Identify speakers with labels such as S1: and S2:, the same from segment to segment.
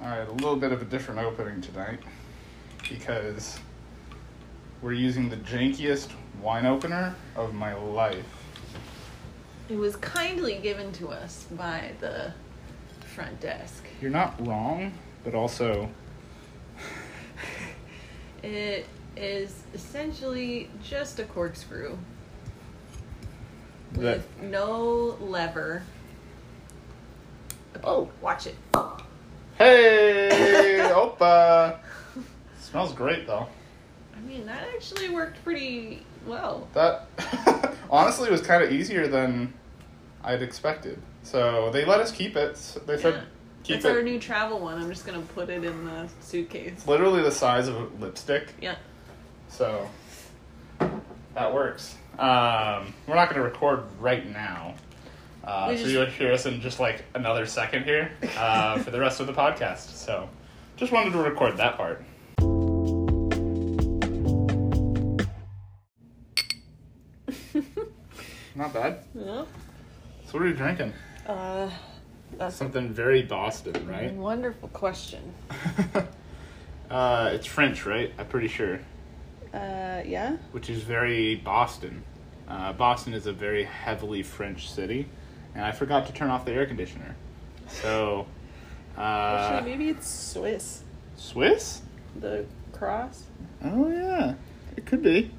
S1: had a little bit of a different opening tonight because we're using the jankiest wine opener of my life.
S2: It was kindly given to us by the front desk.
S1: You're not wrong, but also
S2: It is essentially just a corkscrew
S1: That-
S2: with no lever. Oh, watch it.
S1: hey, Opa. Smells great though.
S2: I mean, that actually worked pretty well.
S1: That honestly was kind of easier than I'd expected. So they let us keep it. S- They said
S2: Yeah.
S1: keep
S2: That's our
S1: it.
S2: new travel one. I'm just going to put it in the suitcase.
S1: It's literally the size of a lipstick.
S2: Yeah.
S1: So that works. Um, we're not going to record right now. Uh,
S2: We
S1: so
S2: just-
S1: you'll hear us in just like another second here uh, for the rest of the podcast. So just wanted to record that part. Not bad.
S2: yeah.
S1: So what are you drinking?
S2: Uh, that's a
S1: Something very Boston, right?
S2: wonderful question.
S1: uh, it's French, right? I'm pretty sure.
S2: Uh, yeah?
S1: which is very Boston. Uh, Boston is a very heavily French city, and I forgot to turn off the air conditioner. So, uh,
S2: Actually, maybe it's Swiss.
S1: Swiss?
S2: The cross.
S1: Oh yeah, it could be.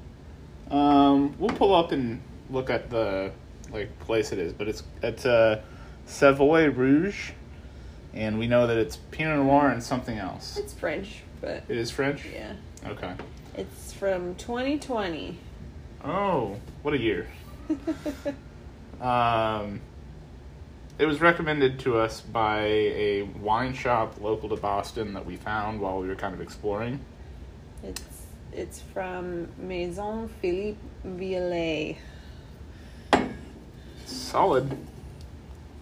S1: Um, we'll pull up and look at the like place it is, but it's it's uh, Savoy Rouge, and we know that it's Pinot Noir and something else.
S2: It's French, but
S1: It is French.
S2: yeah.
S1: Okay.
S2: It's from 2020.
S1: Oh, what a year. Um, it was recommended to us by a wine shop local to Boston that we found while we were kind of exploring.
S2: it's it's from Maison Philippe Violet.
S1: Solid.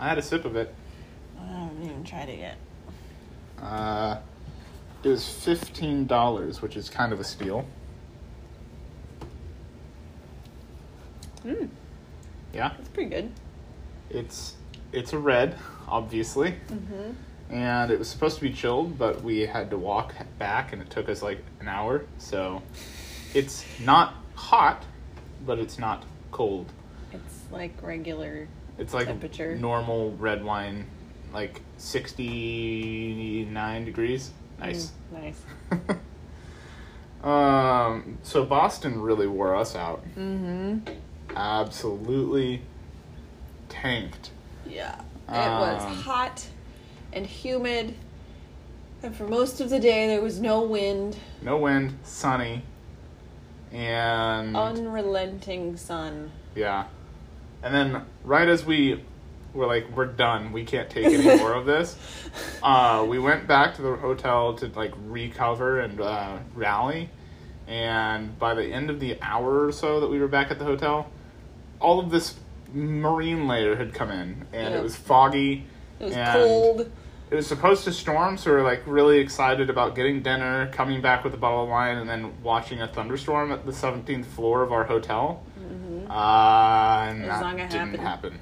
S1: I had a sip of it.
S2: I haven't even tried it yet.
S1: Uh, it was fifteen dollars, which is kind of a steal.
S2: Mm,
S1: Yeah,
S2: that's pretty good.
S1: it's it's a red, obviously,
S2: Mm-hmm.
S1: and it was supposed to be chilled, but we had to walk back, and it took us like an hour. So, it's not hot, but it's not cold.
S2: It's like regular.
S1: It's like
S2: Temperature.
S1: normal red wine, like 69 degrees. Nice.
S2: Mm, nice.
S1: um, so Boston really wore us out.
S2: Mm-hmm.
S1: Absolutely tanked.
S2: Yeah. It was
S1: Um,
S2: hot and humid, and for most of the day there was no wind.
S1: No wind, sunny, and
S2: Oh, Unrelenting sun.
S1: yeah. And then right as we were like, we're done. We can't take any more of this. uh, we went back to the hotel to like recover and uh, rally and by the end of the hour or so that we were back at the hotel all of this marine layer had come in and
S2: Yeah.
S1: it was foggy
S2: It was
S1: and
S2: cold.
S1: it was supposed to storm so we were like really excited about getting dinner coming back with a bottle of wine and then watching a thunderstorm at the 17th floor of our hotel uh, and
S2: It's
S1: that
S2: not gonna
S1: didn't
S2: happen.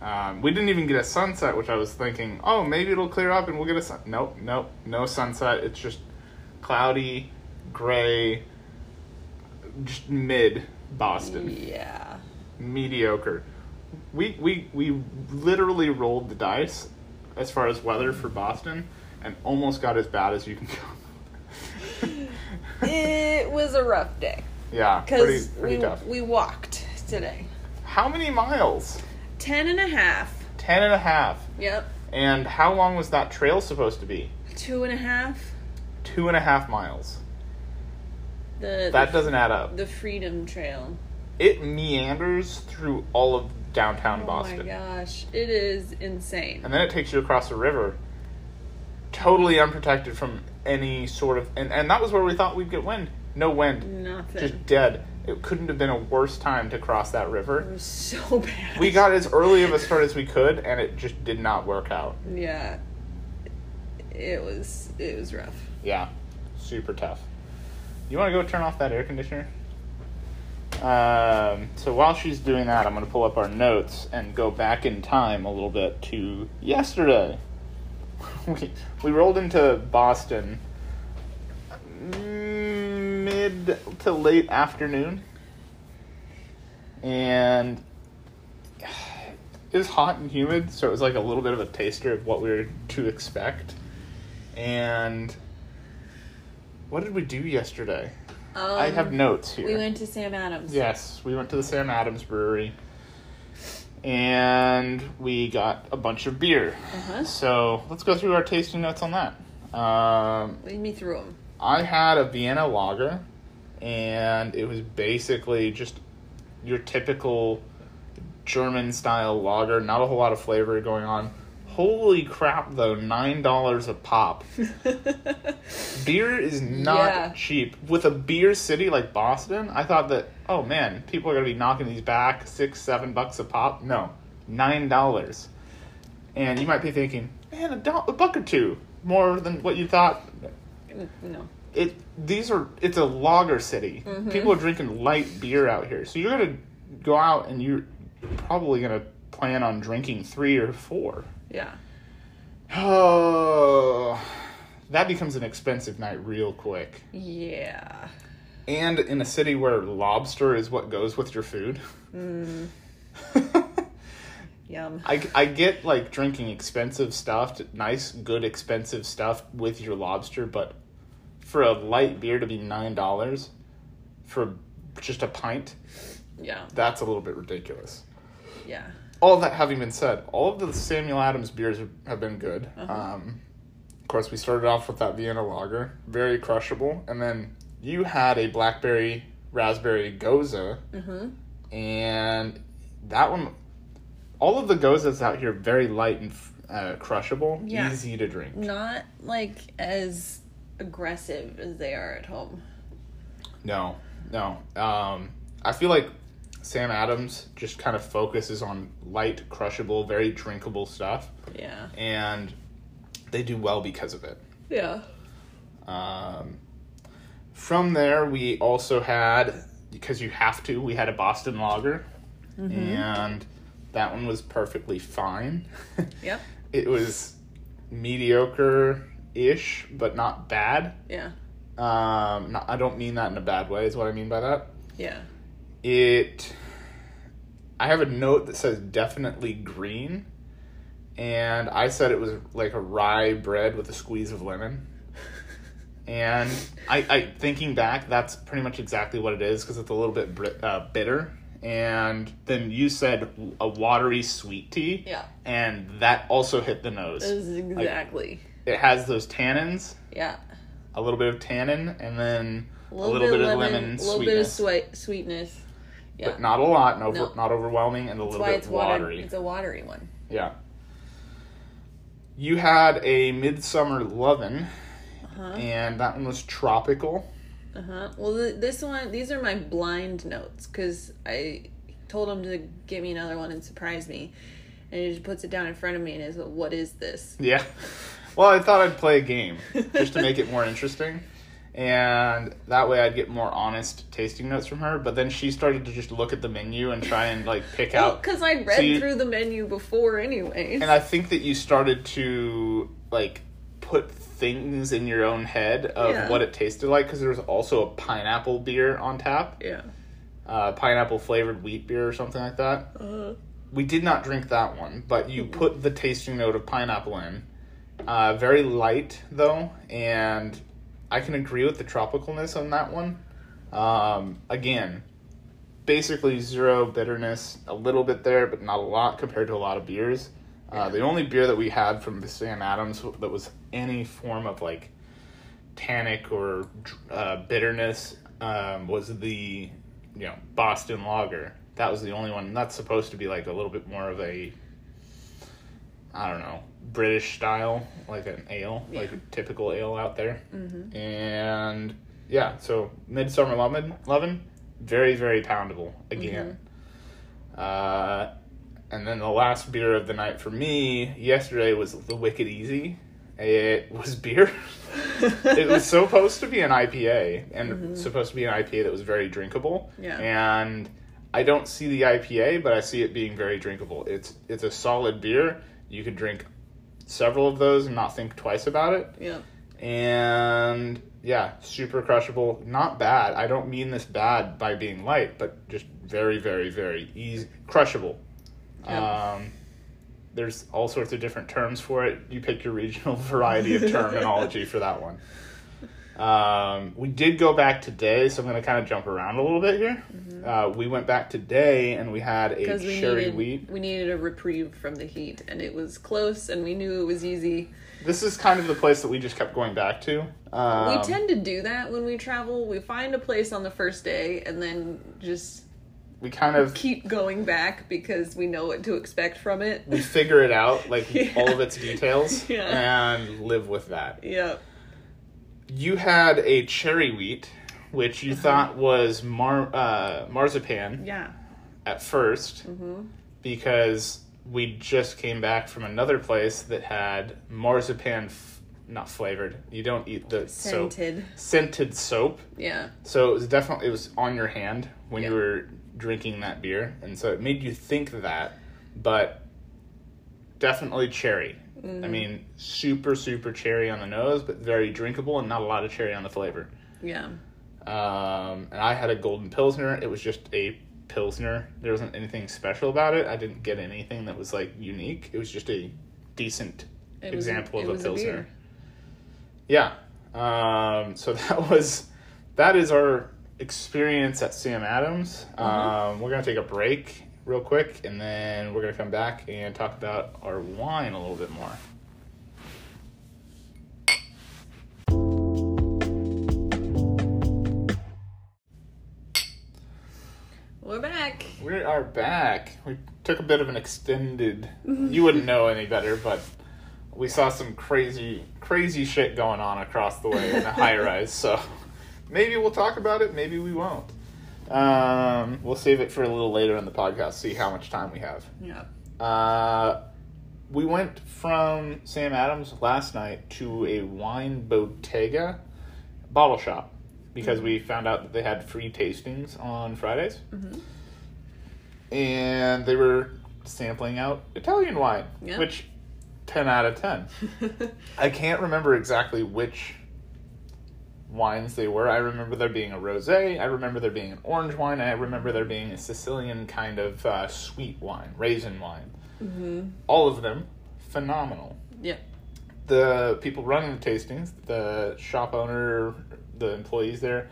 S1: happen um, we didn't even get a sunset, which I was thinking, oh, maybe it'll clear up and we'll get a sun. Nope, nope, no sunset. It's just cloudy, gray, just mid Boston,
S2: Yeah.
S1: mediocre. We we we literally rolled the dice as far as weather for Boston, and almost got as bad as you can go.
S2: it was a rough day
S1: yeah, pretty
S2: because
S1: pretty
S2: we,
S1: tough.
S2: we walked today.
S1: How many miles?
S2: Ten and a half.
S1: Ten and a half.
S2: Yep.
S1: And how long was that trail supposed to be?
S2: Two and a half.
S1: Two and a half miles.
S2: The
S1: That doesn't add up.
S2: the Freedom Trail.
S1: It meanders through all of downtown
S2: Oh my
S1: Boston.
S2: gosh, it is insane.
S1: And then it takes you across a river, totally unprotected from any sort of. And, and that was where we thought we'd get wind. No wind,
S2: Nothing.
S1: just dead. It couldn't have been a worse time to cross that
S2: it
S1: river.
S2: was so bad.
S1: We got as early of a start as we could, and it just did not work out.
S2: Yeah. It was it was rough.
S1: Yeah, super tough. You want to go turn off that air conditioner? Um, so while she's doing that, I'm going to pull up our notes and go back in time a little bit to yesterday. we we rolled into Boston mm, mid to late afternoon, and it was hot and humid, so it was like a little bit of a taster of what we were to expect. And what did we do yesterday?
S2: Um,
S1: I have notes here.
S2: We went to Sam Adams.
S1: Yes, we went to the Sam Adams Brewery, and we got a bunch of beer.
S2: Uh-huh.
S1: So let's go through our tasting notes on that. Um,
S2: Lead me through them.
S1: I had a Vienna lager, and it was basically just your typical German style lager. Not a whole lot of flavor going on. Holy crap, though! Nine dollars a pop. Beer is not
S2: Yeah.
S1: cheap. With a beer city like Boston, I thought that oh man, people are gonna be knocking these back six, seven bucks a pop. No, nine dollars. And you might be thinking, man, a, do- a buck or two more than what you thought.
S2: no.
S1: It these are it's a lager city. People are drinking light beer out here, so you're gonna go out and you're probably gonna plan on drinking three or four.
S2: Yeah.
S1: Oh, that becomes an expensive night real quick.
S2: Yeah.
S1: And in a city where lobster is what goes with your food.
S2: Yum.
S1: I, I get like drinking expensive stuff, nice, good, expensive stuff with your lobster, but for a light beer to be $9 for just a pint,
S2: Yeah.
S1: that's a little bit ridiculous.
S2: Yeah.
S1: all that having been said, all of the Samuel Adams beers have been good. Um, of course, we started off with that Vienna Lager, very crushable, and then you had a blackberry raspberry goza,
S2: Mm-hmm.
S1: and that one. All of the gozas out here very light and uh, crushable,
S2: Yeah.
S1: easy to drink.
S2: Not like as aggressive as they are at home.
S1: No, no. Um, I feel like Sam Adams just kind of focuses on light, crushable, very drinkable stuff,
S2: Yeah.
S1: and they do well because of it.
S2: Yeah.
S1: Um, from there, we also had because you have to. We had a Boston Lager, and that one was perfectly fine.
S2: Yep.
S1: it was mediocre ish, but not bad.
S2: Yeah.
S1: Um, not, I don't mean that in a bad way. Is what I mean by that.
S2: Yeah.
S1: It. I have a note that says definitely green, and I said it was like a rye bread with a squeeze of lemon. And I, I thinking back, that's pretty much exactly what it is because it's a little bit br- uh, bitter. And then you said a watery sweet tea.
S2: Yeah.
S1: And that also hit the nose.
S2: This is exactly.
S1: It has those tannins,
S2: yeah.
S1: a little bit of tannin, and then a little, bit, of lemon,
S2: A little bit of
S1: sweetness,
S2: sweet sweetness. Yeah.
S1: but not a lot, no,
S2: No.
S1: not overwhelming, and a
S2: That's
S1: little
S2: why
S1: bit
S2: it's
S1: watery.
S2: watery. It's a watery one.
S1: Yeah. You had a midsummer lovin',
S2: Uh-huh.
S1: and that one was tropical.
S2: Uh huh.
S1: Uh-huh.
S2: Well, th- this one, these are my blind notes because I told him to give me another one and surprise me, and he just puts it down in front of me and is, "What is this?"
S1: Yeah. Well, I thought I'd play a game just to make it more interesting. And that way I'd get more honest tasting notes from her. But then she started to just look at the menu and try and like pick out.
S2: Because I'd read
S1: So you-
S2: through the menu before, anyways.
S1: And I think that you started to like put things in your own head of
S2: Yeah.
S1: what it tasted like because there was also a pineapple beer on tap,
S2: yeah.
S1: uh, pineapple flavored wheat beer or something like that.
S2: Uh,
S1: we did not drink that one, but you put the tasting note of pineapple in. Uh, very light though, and I can agree with the tropicalness on that one. Um, again, basically zero bitterness, a little bit there, but not a lot compared to a lot of beers. Uh, the only beer that we had from Sam Adams that was any form of like tannic or uh, bitterness um, was the you know Boston Lager. That was the only one. and That's supposed to be like a little bit more of a I don't know British style, like an ale, like a typical ale out there. And yeah, so Midsummer Lovin', Lovin', very very poundable again. Uh, and then the last beer of the night for me yesterday was the Wicked Easy. It was beer. it was supposed to be an IPA and supposed to be an IPA that was very drinkable.
S2: Yeah.
S1: And I don't see the IPA, but I see it being very drinkable. It's it's a solid beer. You could drink several of those and not think twice about it.
S2: Yeah.
S1: And yeah, super crushable. Not bad. I don't mean this bad by being light, but just very, very, very easy crushable.
S2: Yeah.
S1: Um, there's all sorts of different terms for it. You pick your regional variety of terminology for that one. Um, we did go back today, so I'm going to kind of jump around a little bit here. Uh, we went back today and we had a
S2: Because Mm-hmm. we
S1: cherry
S2: needed
S1: wheat.
S2: we needed a reprieve from the heat, and it was close, and we knew it was easy.
S1: This is kind of the place that we just kept going back to. Um,
S2: we tend to do that when we travel. We find a place on the first day, and then just
S1: we kind of
S2: keep going back because we know what to expect from it.
S1: we figure it out, like
S2: Yeah.
S1: all of its details,
S2: Yeah.
S1: and live with that.
S2: yep.
S1: You had a cherry wheat, which
S2: Uh-huh.
S1: you thought was mar- uh, marzipan
S2: Yeah.
S1: at 1st
S2: Mm-hmm.
S1: because we just came back from another place that had marzipan, f- not flavored. You don't eat the soap,
S2: Scented.
S1: scented soap.
S2: Yeah.
S1: So it was definitely it was on your hand when you
S2: Yeah.
S1: were drinking that beer, and so it made you think that, but definitely cherry. I mean, super super cherry on the nose, but very drinkable and not a lot of cherry on the flavor.
S2: Yeah.
S1: Um, and I had a golden pilsner. It was just a pilsner. There wasn't anything special about it. I didn't get anything that was like unique. It was just a decent
S2: It was a-
S1: example
S2: it
S1: of a
S2: was a
S1: pilsner.
S2: beer.
S1: yeah. Um, so that was that is our experience at Sam Adams.
S2: Mm-hmm.
S1: Um, we're gonna take a break real quick, and then we're gonna come back and talk about our wine a little bit more.
S2: We're back.
S1: We are back. We took a bit of an extended. You wouldn't know any better, but we saw some crazy, crazy shit going on across the way in a high rise. So maybe we'll talk about it. Maybe we won't. Um, we'll save it for a little later in the podcast. See how much time we have.
S2: Yep.
S1: Uh, we went from Sam Adams last night to a wine bodega bottle shop because we found out that they had free tastings on Fridays. And they were sampling out Italian wine,
S2: Yeah.
S1: which 10 out of 10. I can't remember exactly which wines they were. I remember there being a rosé, I remember there being an orange wine, and I remember there being a Sicilian kind of uh, sweet wine, raisin wine. All of them phenomenal.
S2: yep.
S1: The people running the tastings, the shop owner, the employees there,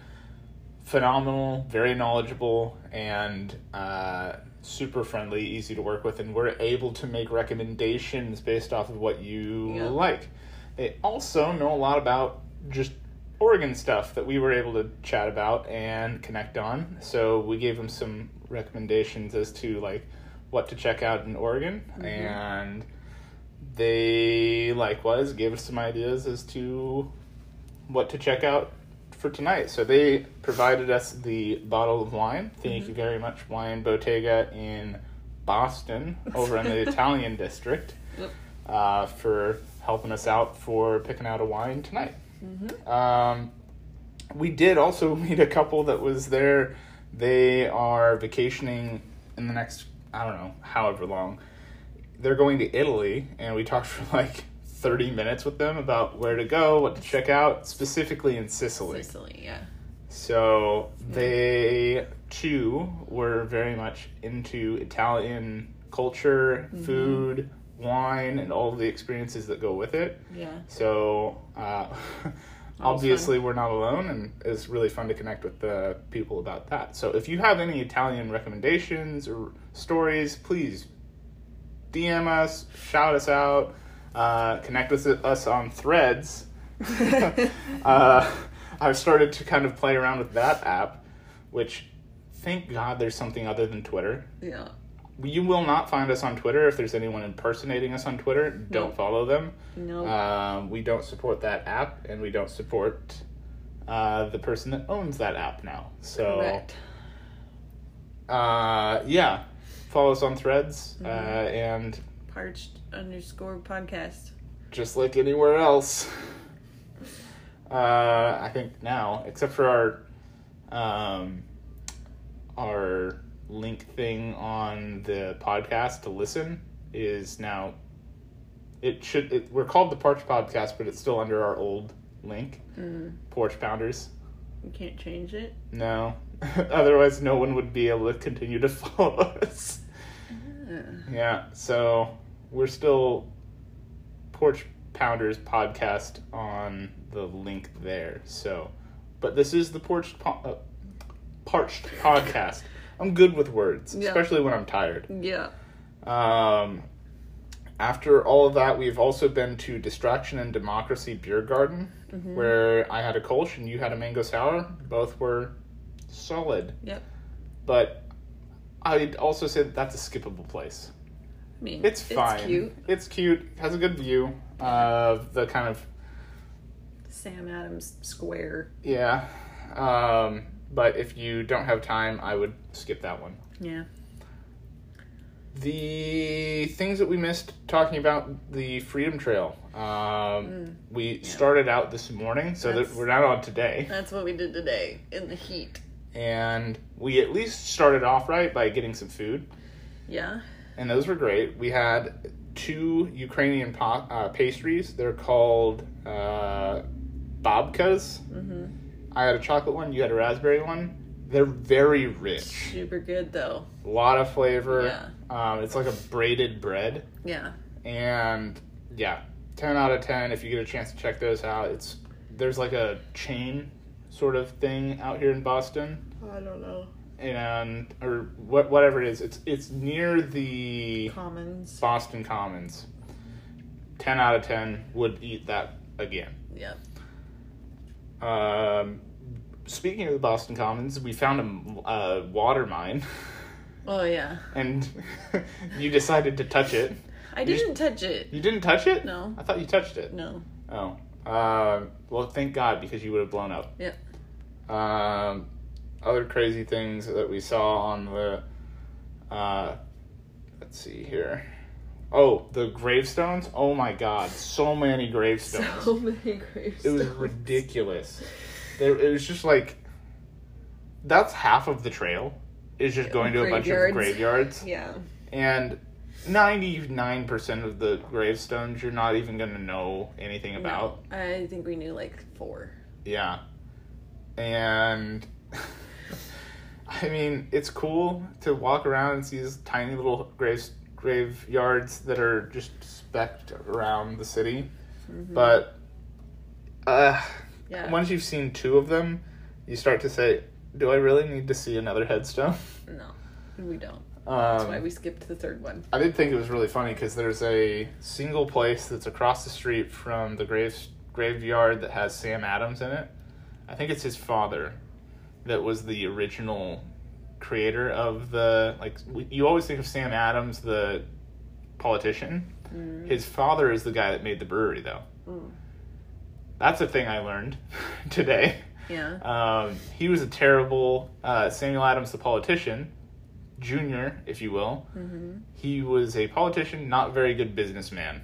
S1: phenomenal, very knowledgeable, and uh, super friendly, easy to work with, and we're able to make recommendations based off of what you
S2: Yeah.
S1: like. They also know a lot about just Oregon stuff that we were able to chat about and connect on. So we gave them some recommendations as to like what to check out in Oregon and they likewise gave us some ideas as to what to check out for tonight. So they provided us the bottle of wine. Thank you very much, Wine Bottega in Boston, over in the Italian district,
S2: Yep.
S1: uh, for helping us out for picking out a wine tonight. Um, we did also meet a couple that was there. They are vacationing in the next, I don't know, however long. They're going to Italy, and we talked for like 30 minutes with them about where to go, what to check out, specifically in Sicily.
S2: Sicily. Yeah.
S1: So they too were very much into Italian culture, food, wine, and all the experiences that go with it.
S2: Yeah.
S1: So uh, obviously, we're not alone, and it's really fun to connect with the people about that. So if you have any Italian recommendations or stories, please DM us, shout us out, uh, connect with us on threads. uh, I've started to kind of play around with that app, which thank God there's something other than Twitter.
S2: Yeah.
S1: You will not find us on Twitter if there's anyone impersonating us on Twitter. Don't
S2: No.
S1: follow them.
S2: No.
S1: Um, we don't support that app, and we don't support uh, the person that owns that app now. So,
S2: Correct.
S1: uh, yeah, follow us on Threads, uh, and
S2: Parched underscore podcast.
S1: just like anywhere else, uh, I think now, except for our um, our link thing on the podcast to listen, is now it should it, we're called the Porch Podcast, but it's still under our old link,
S2: Mm.
S1: Porch Pounders.
S2: You can't change it.
S1: No, otherwise no one would be able to continue to follow us. Yeah, so we're still Porch Pounders podcast on the link there. So, but this is the Porch po- uh, Parched podcast. I'm good with words,
S2: Yeah.
S1: especially when I'm tired.
S2: Yeah.
S1: Um, after all of that, we've also been to Distraction and Democracy Beer Garden, where I had a Kolsch and you had a mango sour. Both were solid,
S2: Yep.
S1: but I'd also say that that's a skippable place.
S2: I mean,
S1: It's fine.
S2: It's cute.
S1: It's cute. Has a good view of the kind of
S2: Sam Adams Square.
S1: yeah. Um, but if you don't have time, I would skip that one.
S2: Yeah.
S1: The things that we missed talking about the Freedom Trail. Um, we started out this morning, so that
S2: That's-
S1: we're not on today,
S2: That's what we did today in the heat.
S1: and we at least started off right by getting some food,
S2: Yeah.
S1: and those were great. We had two Ukrainian pa- uh, pastries. They're called uh, babkas.
S2: Mm-hmm.
S1: I had a chocolate one. You had a raspberry one. They're very rich.
S2: Super good though.
S1: A lot of flavor.
S2: Yeah.
S1: Um, it's like a braided bread.
S2: Yeah.
S1: and yeah 10 out of 10 if you get a chance to check those out it's there's like a chain sort of thing out here in boston
S2: I don't know.
S1: and or what whatever it is it's it's near the
S2: Commons.
S1: boston commons 10 out of 10 would eat that again
S2: Yeah.
S1: um speaking of the boston commons we found a m- a water mine
S2: Oh yeah.
S1: and you decided to touch it
S2: I didn't touch it.
S1: you didn't touch it
S2: No.
S1: i thought you touched it
S2: No.
S1: Oh. Um well, thank God because you would have blown up.
S2: Yep.
S1: Um, other crazy things that we saw on the. Uh, let's see here. Oh, the gravestones. Oh my God. So many gravestones.
S2: So many graves.
S1: it was ridiculous. There, it was just like. That's half of the trail. Is just going to a bunch of
S2: Graveyards.
S1: graveyards.
S2: Yeah.
S1: And 99% of the gravestones you're not even going to know anything about.
S2: No, I think we knew like four.
S1: Yeah. And I mean, it's cool to walk around and see these tiny little graves graveyards that are just specked around the city. But uh
S2: Mm-hmm. Yeah.
S1: once you've seen two of them, you start to say, "Do I really need to see another headstone?"
S2: No. We don't. That's why
S1: Um,
S2: we skipped the third one.
S1: I did think it was really funny because there's a single place that's across the street from the graves graveyard that has Sam Adams in it. I think it's his father that was the original creator of the like. w- You always think of Sam Adams, the politician.
S2: Mm.
S1: His father is the guy that made the brewery, though. That's a thing I learned today.
S2: Yeah.
S1: Um, he was a terrible uh, Samuel Adams, the politician, junior, if you will.
S2: Mm-hmm.
S1: He was a politician, not very good businessman.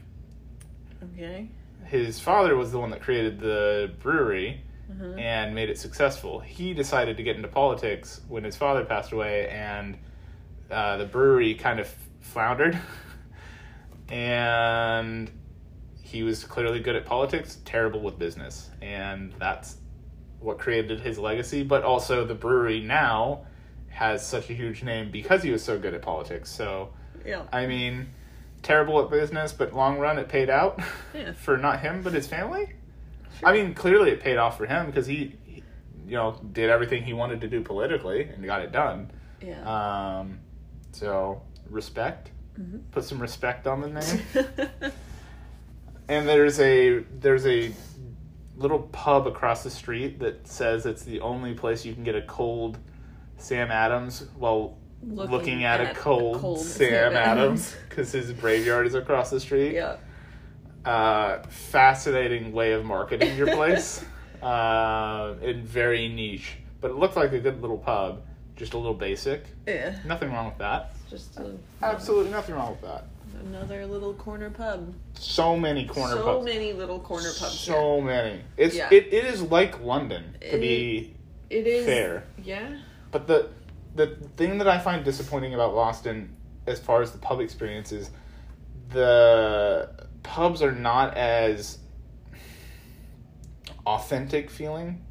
S2: Okay.
S1: His father was the one that created the brewery and made it successful. He decided to get into politics when his father passed away, and uh, the brewery kind of floundered. and he was clearly good at politics, terrible with business, and that's what created his legacy. But also, the brewery now has such a huge name because he was so good at politics. So.
S2: Yeah.
S1: I mean, terrible at business, but long run it paid out
S2: Yeah.
S1: for not him but his family. I mean, clearly it paid off for him because he, he, you know, did everything he wanted to do politically and got it done.
S2: yeah.
S1: Um, so respect. Put some respect on the name.
S2: Mm-hmm.
S1: and there's a there's a little pub across the street that says it's the only place you can get a cold Sam Adams while looking, at, a cold, Sam, Adams because his graveyard is across the street.
S2: Yeah.
S1: Uh, fascinating way of marketing your place, uh, and very niche. But it looked like a good little pub, just a little basic.
S2: Yeah.
S1: Nothing wrong with that.
S2: Just a,
S1: Absolutely nothing wrong with that.
S2: another little corner pub.
S1: So many corner
S2: so
S1: pubs.
S2: many little corner pubs. here.
S1: so many. It's
S2: Yeah.
S1: it, it is like London to
S2: It-
S1: be
S2: It is.
S1: fair.
S2: Yeah.
S1: But the the thing that I find disappointing about Boston, as far as the pub experience, is the pubs are not as authentic feeling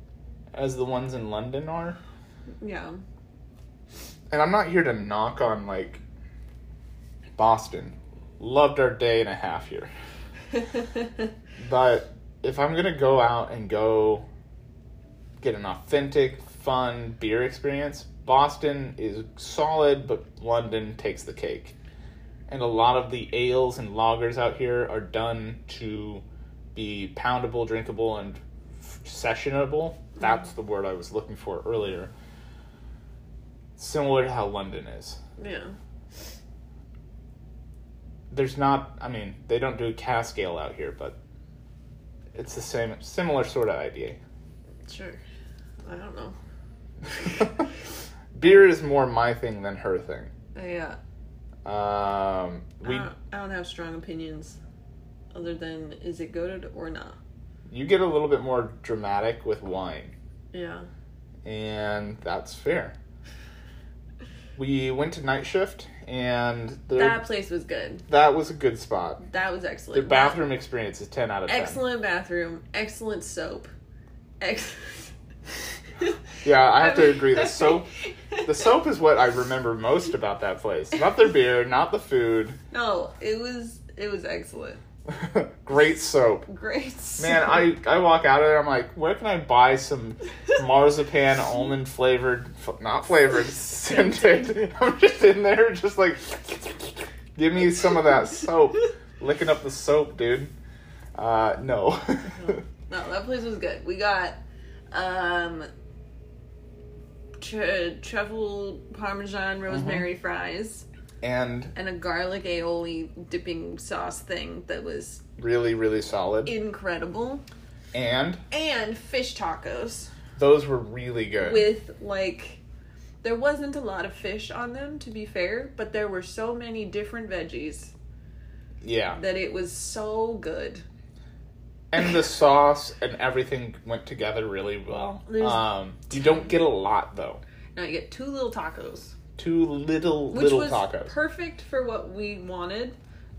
S1: as the ones in London are.
S2: Yeah.
S1: And I'm not here to knock on like Boston. Loved our day and a half here. But if I'm gonna go out and go get an authentic, fun beer experience, Boston is solid, but London takes the cake. And a lot of the ales and lagers out here are done to be poundable, drinkable, and f- sessionable. That's the word I was looking for earlier. Similar to how London is
S2: yeah.
S1: there's not i mean they don't do cask ale out here but it's the same similar sort of idea
S2: Sure. I don't know.
S1: beer is more my thing than her thing
S2: I, yeah.
S1: um
S2: I,
S1: we
S2: don't, I don't have strong opinions other than is it goaded or not.
S1: you get a little bit more dramatic with wine
S2: Yeah.
S1: and that's fair we went to night shift and there,
S2: That
S1: that,
S2: place was good.
S1: was a good spot
S2: That was
S1: the
S2: excellent.
S1: bathroom experience is 10 out of 10
S2: Excellent bathroom. Excellent soap. Ex-
S1: Yeah, I have to agree. The soap- the soap is what i remember most about that place not their beer not the food
S2: No, it was it was excellent.
S1: Great soap.
S2: Great.
S1: Man, I, I walk out of there, I'm like, where can I buy some marzipan almond flavored, f- not flavored, scented? I'm just in there, just like, give me some of that soap. Licking up the soap, dude. Uh, no.
S2: No, that place was good. We got um tre- truffle parmesan
S1: Mm-hmm.
S2: rosemary fries
S1: and
S2: and a garlic aioli dipping sauce thing that was
S1: really, really solid.
S2: incredible
S1: And
S2: and fish tacos
S1: those were really good.
S2: with like there wasn't a lot of fish on them to be fair but there were so many different veggies
S1: Yeah.
S2: that it was so good
S1: And the sauce and everything went together really well.
S2: There's-
S1: Um, you don't get a lot, though.
S2: now you get two little tacos
S1: Two little,
S2: which
S1: little
S2: was
S1: tacos.
S2: perfect for what we wanted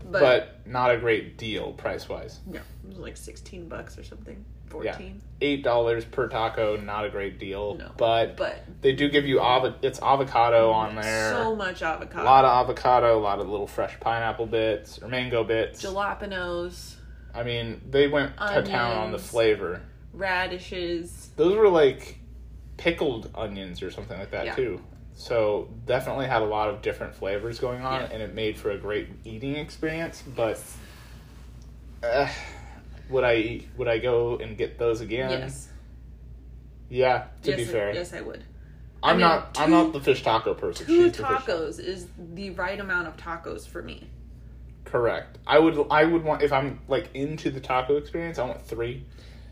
S2: but,
S1: but not a great deal price wise.
S2: no it was like 16 bucks or something 14
S1: Eight dollars per taco, not a great deal.
S2: No.
S1: But
S2: but
S1: they do give you avo- it's avocado on there.
S2: so much avocado
S1: a lot of avocado, a lot of little fresh pineapple bits or mango bits.
S2: jalapenos
S1: I mean, they went to town on the
S2: Onions.
S1: flavor.
S2: radishes
S1: Those were like pickled onions or something like that
S2: Yeah.
S1: too. So definitely had a lot of different flavors going on,
S2: Yeah.
S1: and it made for a great eating experience. But uh, would I would I go and get those again?
S2: yes
S1: Yeah, to
S2: yes,
S1: be
S2: I-
S1: fair,
S2: yes i would
S1: I'm
S2: I mean,
S1: not. i I'm
S2: two-
S1: not the fish taco person.
S2: two
S1: She's the fish taco.
S2: tacos is the right amount of tacos for me
S1: Correct. I would. I would want if I'm like into the taco experience. I want three.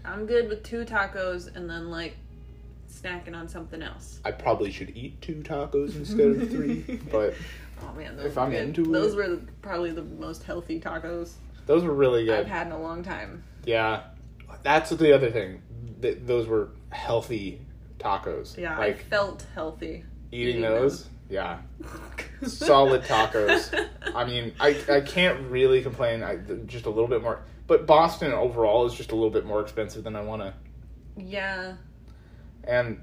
S2: i'm good with two tacos and then like snacking on something else
S1: I probably should eat two tacos instead of three. But
S2: oh man those
S1: If
S2: were
S1: I'm
S2: good.
S1: into
S2: those
S1: it.
S2: were probably the most healthy tacos
S1: those were really
S2: i've
S1: good.
S2: had in a long time
S1: yeah, that's the other thing. Th- those were healthy tacos.
S2: yeah i
S1: like
S2: felt healthy
S1: eating
S2: eating
S1: those. Yeah, solid tacos. I mean, I I can't really complain. I just a little bit more. But Boston overall is just a little bit more expensive than I want to
S2: yeah
S1: And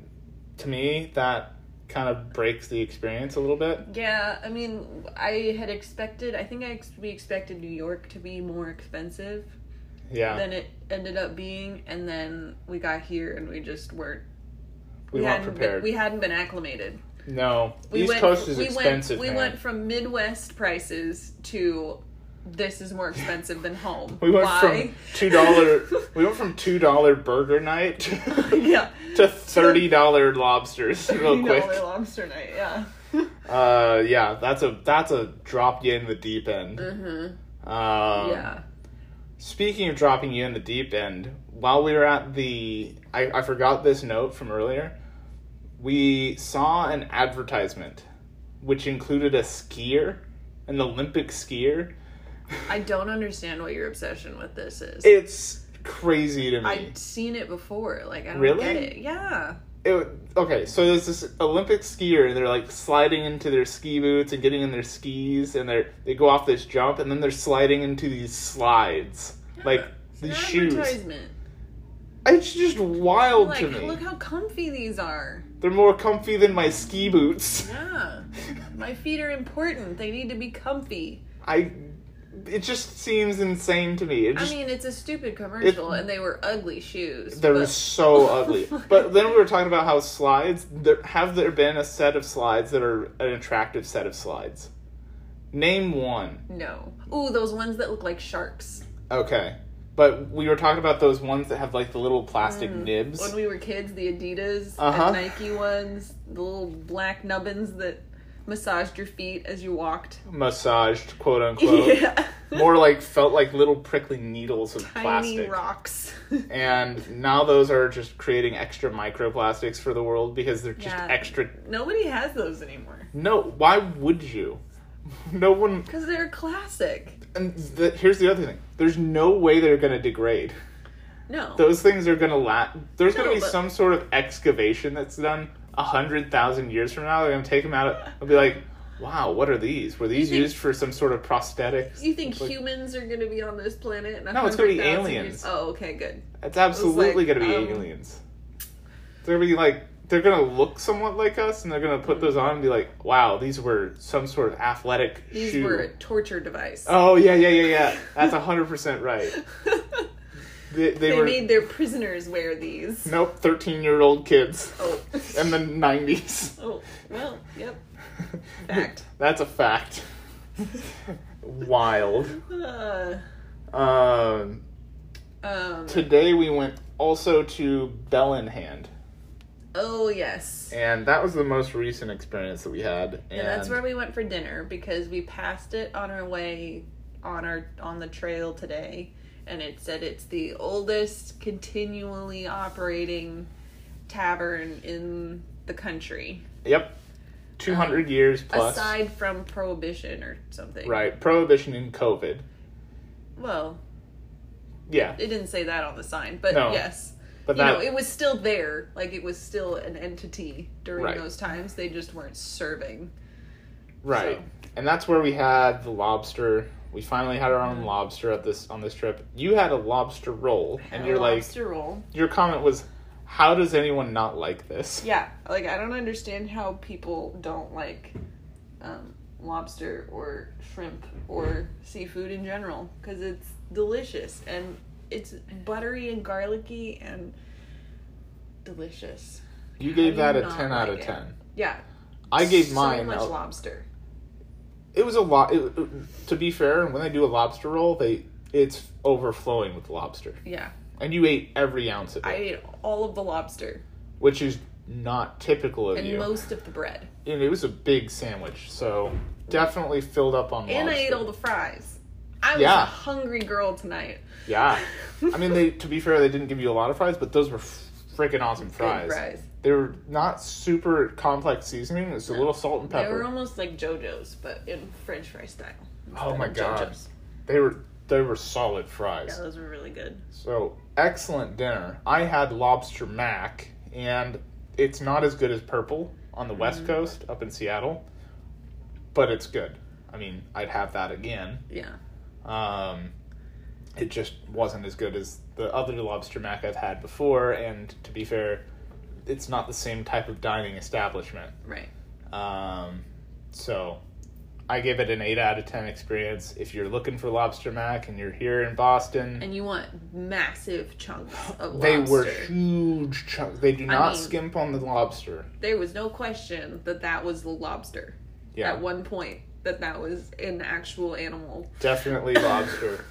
S1: to me, that kind of breaks the experience a little bit.
S2: Yeah, I mean, I had expected. I think I ex- we expected New York to be more expensive
S1: Yeah.
S2: than it ended up being, and then we got here and we just weren't.
S1: we weren't
S2: hadn't
S1: prepared.
S2: Been, we hadn't been acclimated.
S1: no.
S2: We
S1: East
S2: went-
S1: Coast is
S2: we
S1: expensive,
S2: Went, we
S1: man.
S2: went from Midwest prices to this is more expensive than home.
S1: We went
S2: Why?
S1: from two dollar. we went from two dollar burger night
S2: yeah,
S1: to thirty dollar lobsters real quick.
S2: $30 lobster night. Yeah.
S1: Uh, yeah, that's a that's a drop you in the deep end.
S2: Mhm.
S1: Um,
S2: yeah.
S1: Speaking of dropping you in the deep end, while we were at the, I, I forgot this note from earlier. We saw an advertisement, which included a skier, an Olympic skier.
S2: I don't understand what your obsession with this is.
S1: It's crazy to me.
S2: I'd seen it before. Like I don't
S1: Really?
S2: get it. Yeah.
S1: it, okay, so there's this Olympic skier, and they're like sliding into their ski boots and getting in their skis, and they they go off this jump, and then they're sliding into these slides, like
S2: It's
S1: these
S2: not
S1: shoes.
S2: advertisement.
S1: It's just wild
S2: Like,
S1: to me.
S2: look how comfy these are.
S1: They're more comfy than my ski boots.
S2: Yeah. My feet are important. They need to be comfy.
S1: I. It just seems insane to me. It
S2: I
S1: just
S2: mean, it's a stupid commercial, and they were ugly shoes.
S1: They
S2: but-
S1: were so ugly. But then we were talking about how slides. There, have there been a set of slides that are an attractive set of slides? Name one.
S2: no. Ooh, those ones that look like sharks.
S1: Okay. But we were talking about those ones that have like the little plastic
S2: Mm.
S1: nibs.
S2: When we were kids, the Adidas
S1: Uh-huh.
S2: and Nike ones, the little black nubbins that massaged your feet as you walked.
S1: Massaged, quote unquote.
S2: yeah.
S1: More like felt like little prickly needles of
S2: Tiny
S1: plastic.
S2: rocks.
S1: And now those are just creating extra microplastics for the world because they're just
S2: Yeah.
S1: extra.
S2: Nobody has those anymore.
S1: No, why would you? No one
S2: Because they're a classic.
S1: And the, here's the other thing: there's no way they're gonna degrade.
S2: No.
S1: Those things are gonna last. There's
S2: No,
S1: gonna be
S2: but-
S1: some sort of excavation that's done a hundred thousand years from now. They're gonna take them out. of- I'll be like, wow, what are these? Were these
S2: think-
S1: used for some sort of prosthetics?
S2: you think
S1: like-
S2: humans are going to be on this planet? in a
S1: No, it's gonna be
S2: 100,000
S1: aliens.
S2: years? Oh, okay, good.
S1: It's absolutely
S2: like,
S1: gonna be
S2: um,
S1: aliens. They're gonna be like. They're gonna look somewhat like us, and they're gonna put those on and be like, "Wow, these were some sort of athletic
S2: These
S1: shoe."
S2: were a torture device.
S1: Oh yeah, yeah, yeah, yeah. That's hundred percent right. They, they,
S2: they
S1: were
S2: made their prisoners wear these.
S1: nope, thirteen-year-old kids.
S2: Oh.
S1: in the 90s.
S2: oh, well, yep. Fact.
S1: That's a fact. Wild.
S2: Uh,
S1: Um,
S2: um,
S1: today we went also to Bell in Hand,
S2: oh, yes.
S1: and that was the most recent experience that we had. And,
S2: And that's where we went for dinner because we passed it on our way on our on the trail today and it said it's the oldest continually operating tavern in the country
S1: Yep, 200 years plus.
S2: Um, aside from prohibition or something.
S1: Right, Prohibition and COVID.
S2: Well,
S1: Yeah,
S2: it didn't say that on the sign, but
S1: No.
S2: yes.
S1: but
S2: you
S1: that
S2: know, it was still there. Like it was still an entity during
S1: Right.
S2: those times. They just weren't serving.
S1: right,
S2: so.
S1: and that's where we had the lobster. We finally had our
S2: Mm-hmm.
S1: own lobster at this on this trip. You had a lobster roll, and you're like,
S2: lobster roll.
S1: your comment was, "How does anyone not like this?"
S2: Yeah, like I don't understand how people don't like um, lobster or shrimp or seafood in general because it's delicious and it's buttery and garlicky and delicious.
S1: You
S2: How
S1: gave
S2: do
S1: that
S2: you
S1: a
S2: not
S1: 10 out
S2: like
S1: of
S2: it?
S1: 10.
S2: Yeah,
S1: I gave
S2: so
S1: mine.
S2: much
S1: a-
S2: lobster.
S1: it was a lot. It, it- to be fair, when they do a lobster roll, they it's overflowing with lobster,
S2: Yeah,
S1: and you ate every ounce of it,
S2: I ate all of the lobster
S1: which is not typical of
S2: and
S1: you.
S2: most of the bread,
S1: and it was a big sandwich, so definitely filled up on.
S2: and I
S1: lobster.
S2: ate all the fries. I was
S1: Yeah.
S2: a hungry girl tonight.
S1: Yeah, I mean, they to be fair, they didn't give you a lot of fries, but those were freaking awesome fries.
S2: Good fries.
S1: They were not super complex seasoning. It was a little salt and pepper.
S2: They were almost like JoJo's, but in French fry style.
S1: Oh my
S2: instead of
S1: God.
S2: JoJo's.
S1: They were, they were solid fries.
S2: Yeah, those were really good.
S1: So excellent dinner. I had lobster mac, and it's not as good as purple on the West Coast up in Seattle, but it's good. I mean, I'd have that again.
S2: Yeah.
S1: Um, it just wasn't as good as the other lobster mac I've had before, and to be fair, it's not the same type of dining establishment.
S2: Right.
S1: Um, so I give it an 8 out of 10 experience. If you're looking for lobster mac and you're here in Boston,
S2: And you want massive chunks of
S1: They
S2: lobster.
S1: were huge chunks. They do not
S2: mean-
S1: skimp on the lobster.
S2: There was no question that that was the lobster
S1: Yeah,
S2: at one point. That that was an actual animal.
S1: definitely lobster.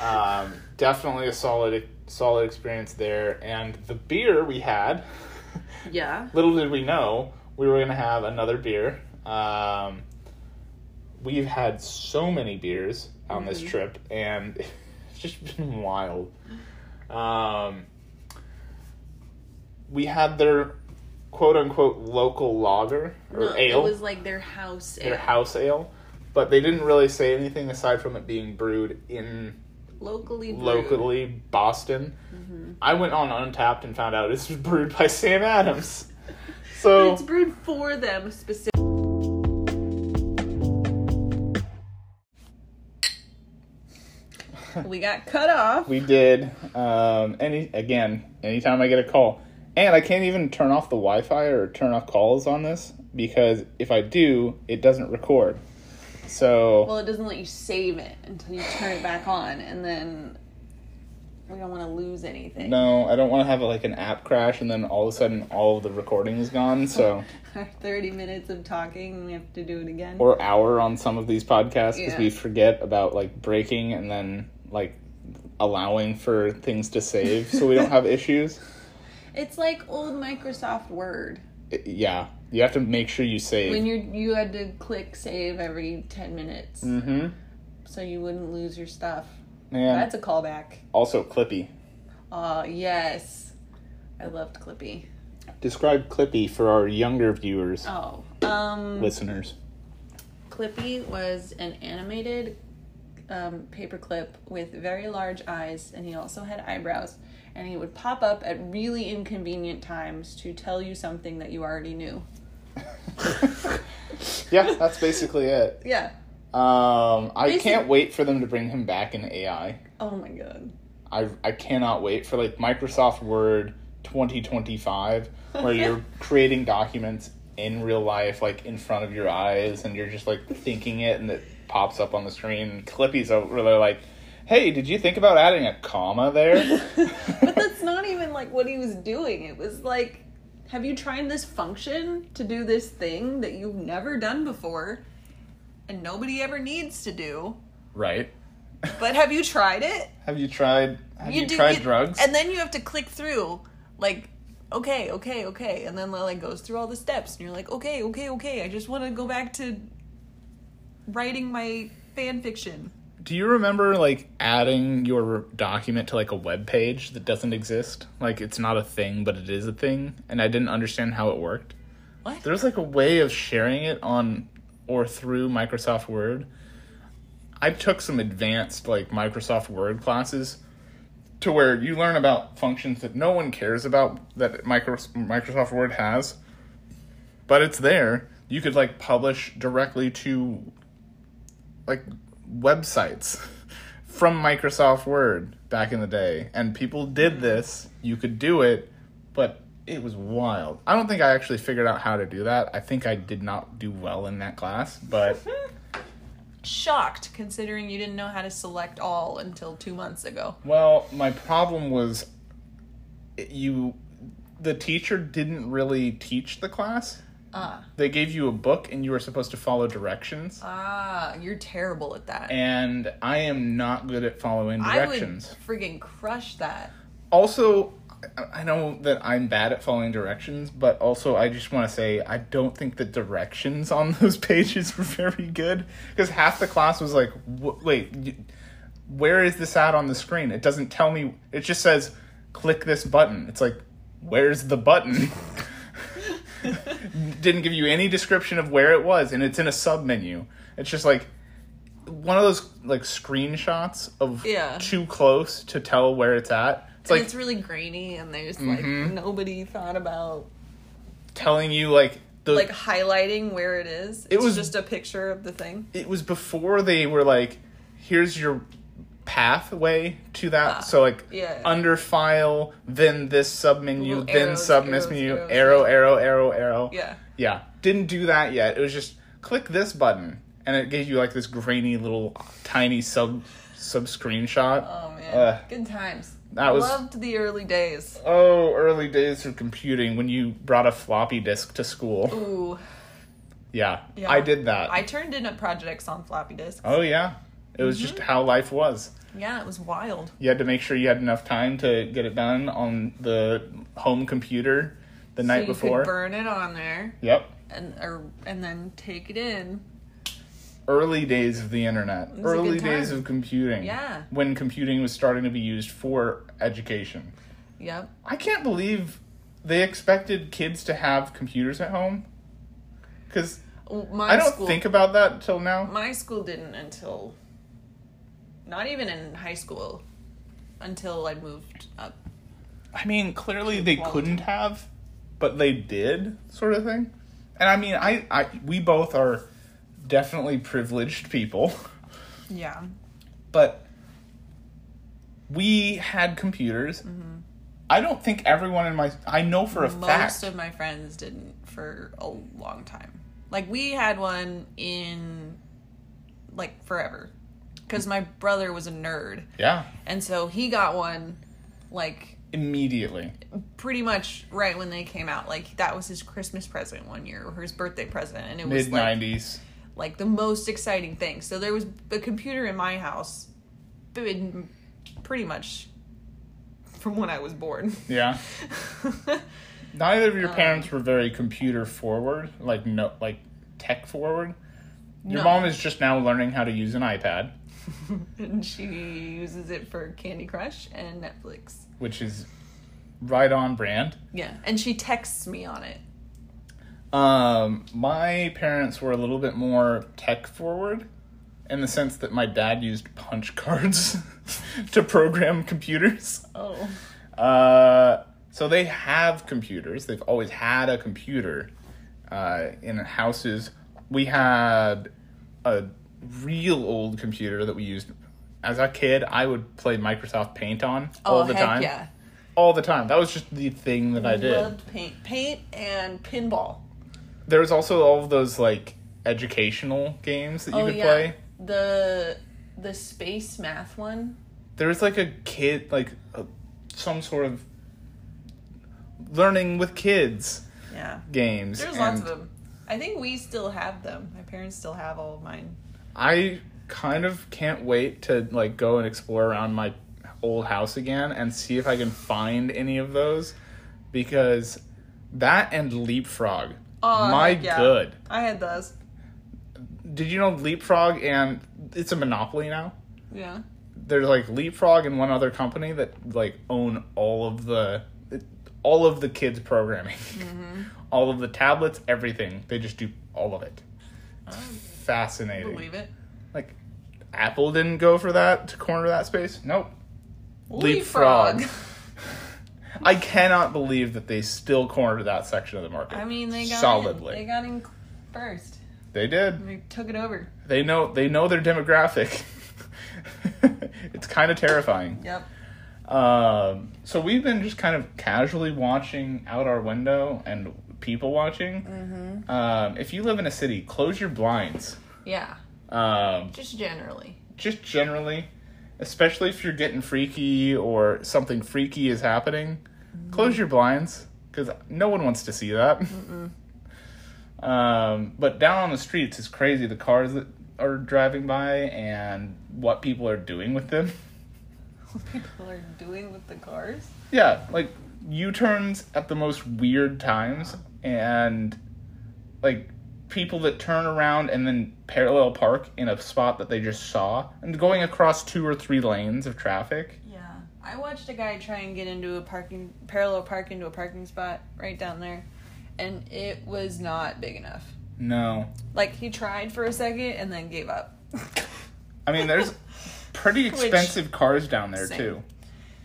S1: um, definitely a solid, solid experience there. And the beer we had,
S2: yeah.
S1: little did we know, we were gonna have another beer. Um, we've had so many beers on this
S2: Mm-hmm.
S1: trip, and it's just been wild. Um, we had their quote unquote local lager or
S2: No,
S1: ale,
S2: It was like their house
S1: their
S2: ale.
S1: house ale, but they didn't really say anything aside from it being brewed in
S2: locally brewed.
S1: locally Boston.
S2: Mm-hmm.
S1: I went on Untapped and found out it's brewed by Sam Adams.
S2: But
S1: So
S2: it's brewed for them specifically. we got cut off.
S1: we did. Um, any again, anytime I get a call, and I can't even turn off the Wi-Fi or turn off calls on this because if I do, it doesn't record. So
S2: Well, it doesn't let you save it until you turn it back on, and then we don't want to lose anything.
S1: no, I don't want to have like an app crash and then all of a sudden all of the recording is gone. So
S2: Our 30 minutes of talking, we have to do it again.
S1: or hour on some of these podcasts because
S2: Yeah.
S1: we forget about like breaking and then like allowing for things to save so we don't have issues.
S2: It's like old Microsoft Word.
S1: I- Yeah, you have to make sure you save.
S2: When you you had to click save every 10 minutes
S1: mm-hmm.
S2: so you wouldn't lose your stuff.
S1: Yeah.
S2: That's a callback.
S1: also, Clippy.
S2: Uh yes. I loved Clippy.
S1: Describe Clippy for our younger viewers,
S2: Oh. Um
S1: listeners.
S2: Clippy was an animated um, paperclip with very large eyes, and he also had eyebrows. And he would pop up at really inconvenient times to tell you something that you already knew.
S1: Yeah, that's basically it.
S2: Yeah.
S1: Um, I
S2: Basic-
S1: can't wait for them to bring him back in AI.
S2: Oh my god.
S1: I I cannot wait for like Microsoft Word 2025 where you're creating documents in real life like in front of your eyes and you're just like thinking it and it pops up on the screen. Clippy's over there like, "Hey, did you think about adding a comma there?"
S2: but that's not even like what he was doing. It was like, have you tried this function to do this thing that you've never done before and nobody ever needs to do?
S1: right.
S2: But have you tried it?
S1: Have you tried have you,
S2: do-
S1: tried drugs?
S2: And then you have to click through, like, okay, okay, okay. And then Lily goes through all the steps, and you're like, okay, okay, okay. I just want to go back to writing my fan fiction.
S1: Do you remember like adding your document to like a web page that doesn't exist? Like it's not a thing, but it is a thing, and I didn't understand how it worked.
S2: What?
S1: There's like a way of sharing it on or through Microsoft Word. I took some advanced like Microsoft Word classes to where you learn about functions that no one cares about that Micros- Microsoft Word has, but it's there. You could like publish directly to like websites from Microsoft Word back in the day, and people did this. You could do it, but it was wild. I don't think I actually figured out how to do that. I think I did not do well in that class, but
S2: Shocked, considering you didn't know how to select all until two months ago.
S1: well, my problem was it- you the teacher didn't really teach the class.
S2: Ah.
S1: They gave you a book and you were supposed to follow directions.
S2: Ah, you're terrible at that.
S1: and I am not good at following
S2: I would
S1: directions.
S2: friggin' crush that.
S1: also I- i know that i'm bad at following directions but also i just want to say i don't think the directions on those pages were very good because half the class was like "Wh- wait y- where is this at on the screen it doesn't tell me it just says click this button it's like where's the button didn't give you any description of where it was and it's in a sub menu it's just like one of those like screenshots of
S2: Yeah.
S1: too close to tell where it's at it's like
S2: And
S1: Mm-hmm.
S2: it's really grainy, and there's like nobody thought about
S1: telling you like the
S2: like highlighting where it is. It's
S1: was-
S2: just a picture of the thing.
S1: it was before they were like here's your pathway to that so like
S2: Ah, yeah.
S1: under file then this
S2: Little
S1: submenu then
S2: arrows,
S1: submenu
S2: arrows,
S1: arrow
S2: arrows.
S1: arrow arrow arrow
S2: Yeah.
S1: yeah didn't do that yet it was just click this button and it gave you like this grainy little tiny sub sub screenshot
S2: Oh man,
S1: Ugh.
S2: good times.
S1: That was-
S2: loved the early days.
S1: oh early days of computing when you brought a floppy disk to school
S2: Ooh,
S1: yeah,
S2: Yeah.
S1: i did that
S2: I turned in at projects on floppy disks.
S1: oh yeah it was just
S2: Mm-hmm.
S1: how life was
S2: Yeah, it was wild.
S1: you had to make sure you had enough time to get it done on the home computer the
S2: So
S1: night
S2: you
S1: before.
S2: could burn it on there
S1: Yep.
S2: and or and then take it in.
S1: Early days of the internet.
S2: was a good
S1: Early
S2: time.
S1: days of computing.
S2: Yeah.
S1: When computing was starting to be used for education.
S2: Yep.
S1: I can't believe they expected kids to have computers at home. Cuz
S2: My
S1: I don't
S2: school,
S1: think about that till now.
S2: my school didn't until Not even in high school until I moved up.
S1: I mean, clearly they
S2: Quality.
S1: couldn't have, but they did, sort of thing. And I mean, I, I we both are definitely privileged people,
S2: Yeah.
S1: but we had computers. I don't think everyone in my I know for a
S2: Mm-hmm. Most
S1: fact.
S2: of my friends didn't for a long time. Like we had one in like forever. Cuz my brother was a nerd.
S1: yeah,
S2: And so he got one like
S1: immediately.
S2: pretty much right when they came out. Like that was his Christmas present one year or his birthday present and it was
S1: Mid
S2: like
S1: 90s.
S2: like the most exciting thing. So there was a computer in my house, been pretty much from when I was born.
S1: yeah. Neither of
S2: Um,
S1: your parents were very computer forward, like no like tech forward. Your
S2: No.
S1: mom is just now learning how to use an iPad,
S2: and she uses it for Candy Crush and Netflix.
S1: which is right on brand.
S2: Yeah, and she texts me on it.
S1: Um, my parents were a little bit more tech forward in the sense that my dad used punch cards to program computers.
S2: Oh,
S1: Uh, so they have computers. They've always had a computer uh, in houses. We had a real old computer that we used. As a kid, I would play Microsoft Paint on all the
S2: Oh, heck
S1: time.
S2: Yeah,
S1: All the time. That was just the thing that I did.
S2: loved paint, paint and pinball.
S1: There was also all of those like educational games that you
S2: oh
S1: could
S2: yeah,
S1: play.
S2: the the space math one.
S1: There was like a kid, like a, some sort of learning with kids
S2: Yeah,
S1: games.
S2: there's lots of
S1: and-
S2: them. I think we still have them. My parents still have all of mine.
S1: I kind of can't wait to like go and explore around my old house again and see if I can find any of those because that and leapfrog.
S2: Oh,
S1: my
S2: heck yeah.
S1: good.
S2: I had those.
S1: Did you know leapfrog and it's a monopoly now?
S2: Yeah.
S1: There's like leapfrog and one other company that like own all of the all of the kids programming. all of the tablets, everything. They just do all of it. It's fascinating.
S2: Believe it.
S1: Like, Apple didn't go for that to corner that space. Nope. Leapfrog. I cannot believe that they still cornered that section of the market.
S2: I mean, they got
S1: solidly.
S2: In, they got in first.
S1: they did.
S2: They took it over.
S1: They know. They know their demographic. it's kind of terrifying.
S2: Yep.
S1: Um, so we've been just kind of casually watching out our window and people watching. Mm-hmm. Um, if you live in a city, close your blinds.
S2: Yeah.
S1: Um,
S2: Just generally.
S1: just generally, especially if you're getting freaky or something freaky is happening, close your blinds because no one wants to see that. Um, but down on the streets, it's crazy the cars that are driving by and what people are doing with them.
S2: What people are doing with the cars.
S1: Yeah, like U turns at the most weird times and like people that turn around and then parallel park in a spot that they just saw and going across two or three lanes of traffic.
S2: Yeah. I watched a guy try and get into a parking parallel park into a parking spot right down there, and it was not big enough.
S1: No.
S2: Like he tried for a second and then gave up.
S1: I mean, there's pretty
S2: Which-
S1: expensive cars down there
S2: Same. Mm-hmm.
S1: too.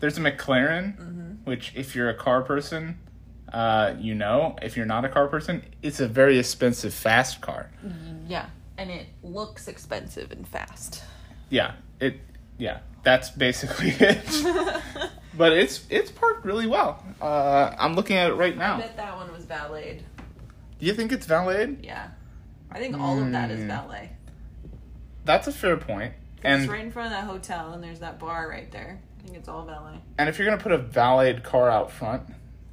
S1: There's a McLaren, which if you're a car person, uh, you know. If you're not a car person, it's a very expensive fast car.
S2: Mm, yeah. And it looks expensive and fast.
S1: Yeah, it. Yeah, that's basically it. but it's it's parked really well. Uh, I'm looking at it right
S2: I
S1: now.
S2: bet that one was valeted.
S1: Do you think it's valid?
S2: Yeah. I think all of that is
S1: Mm.
S2: ballet.
S1: That's a fair point.
S2: it's
S1: And
S2: right in front of that hotel, and there's that bar right there. I think it's all valet.
S1: and if you're gonna put a valet car out front,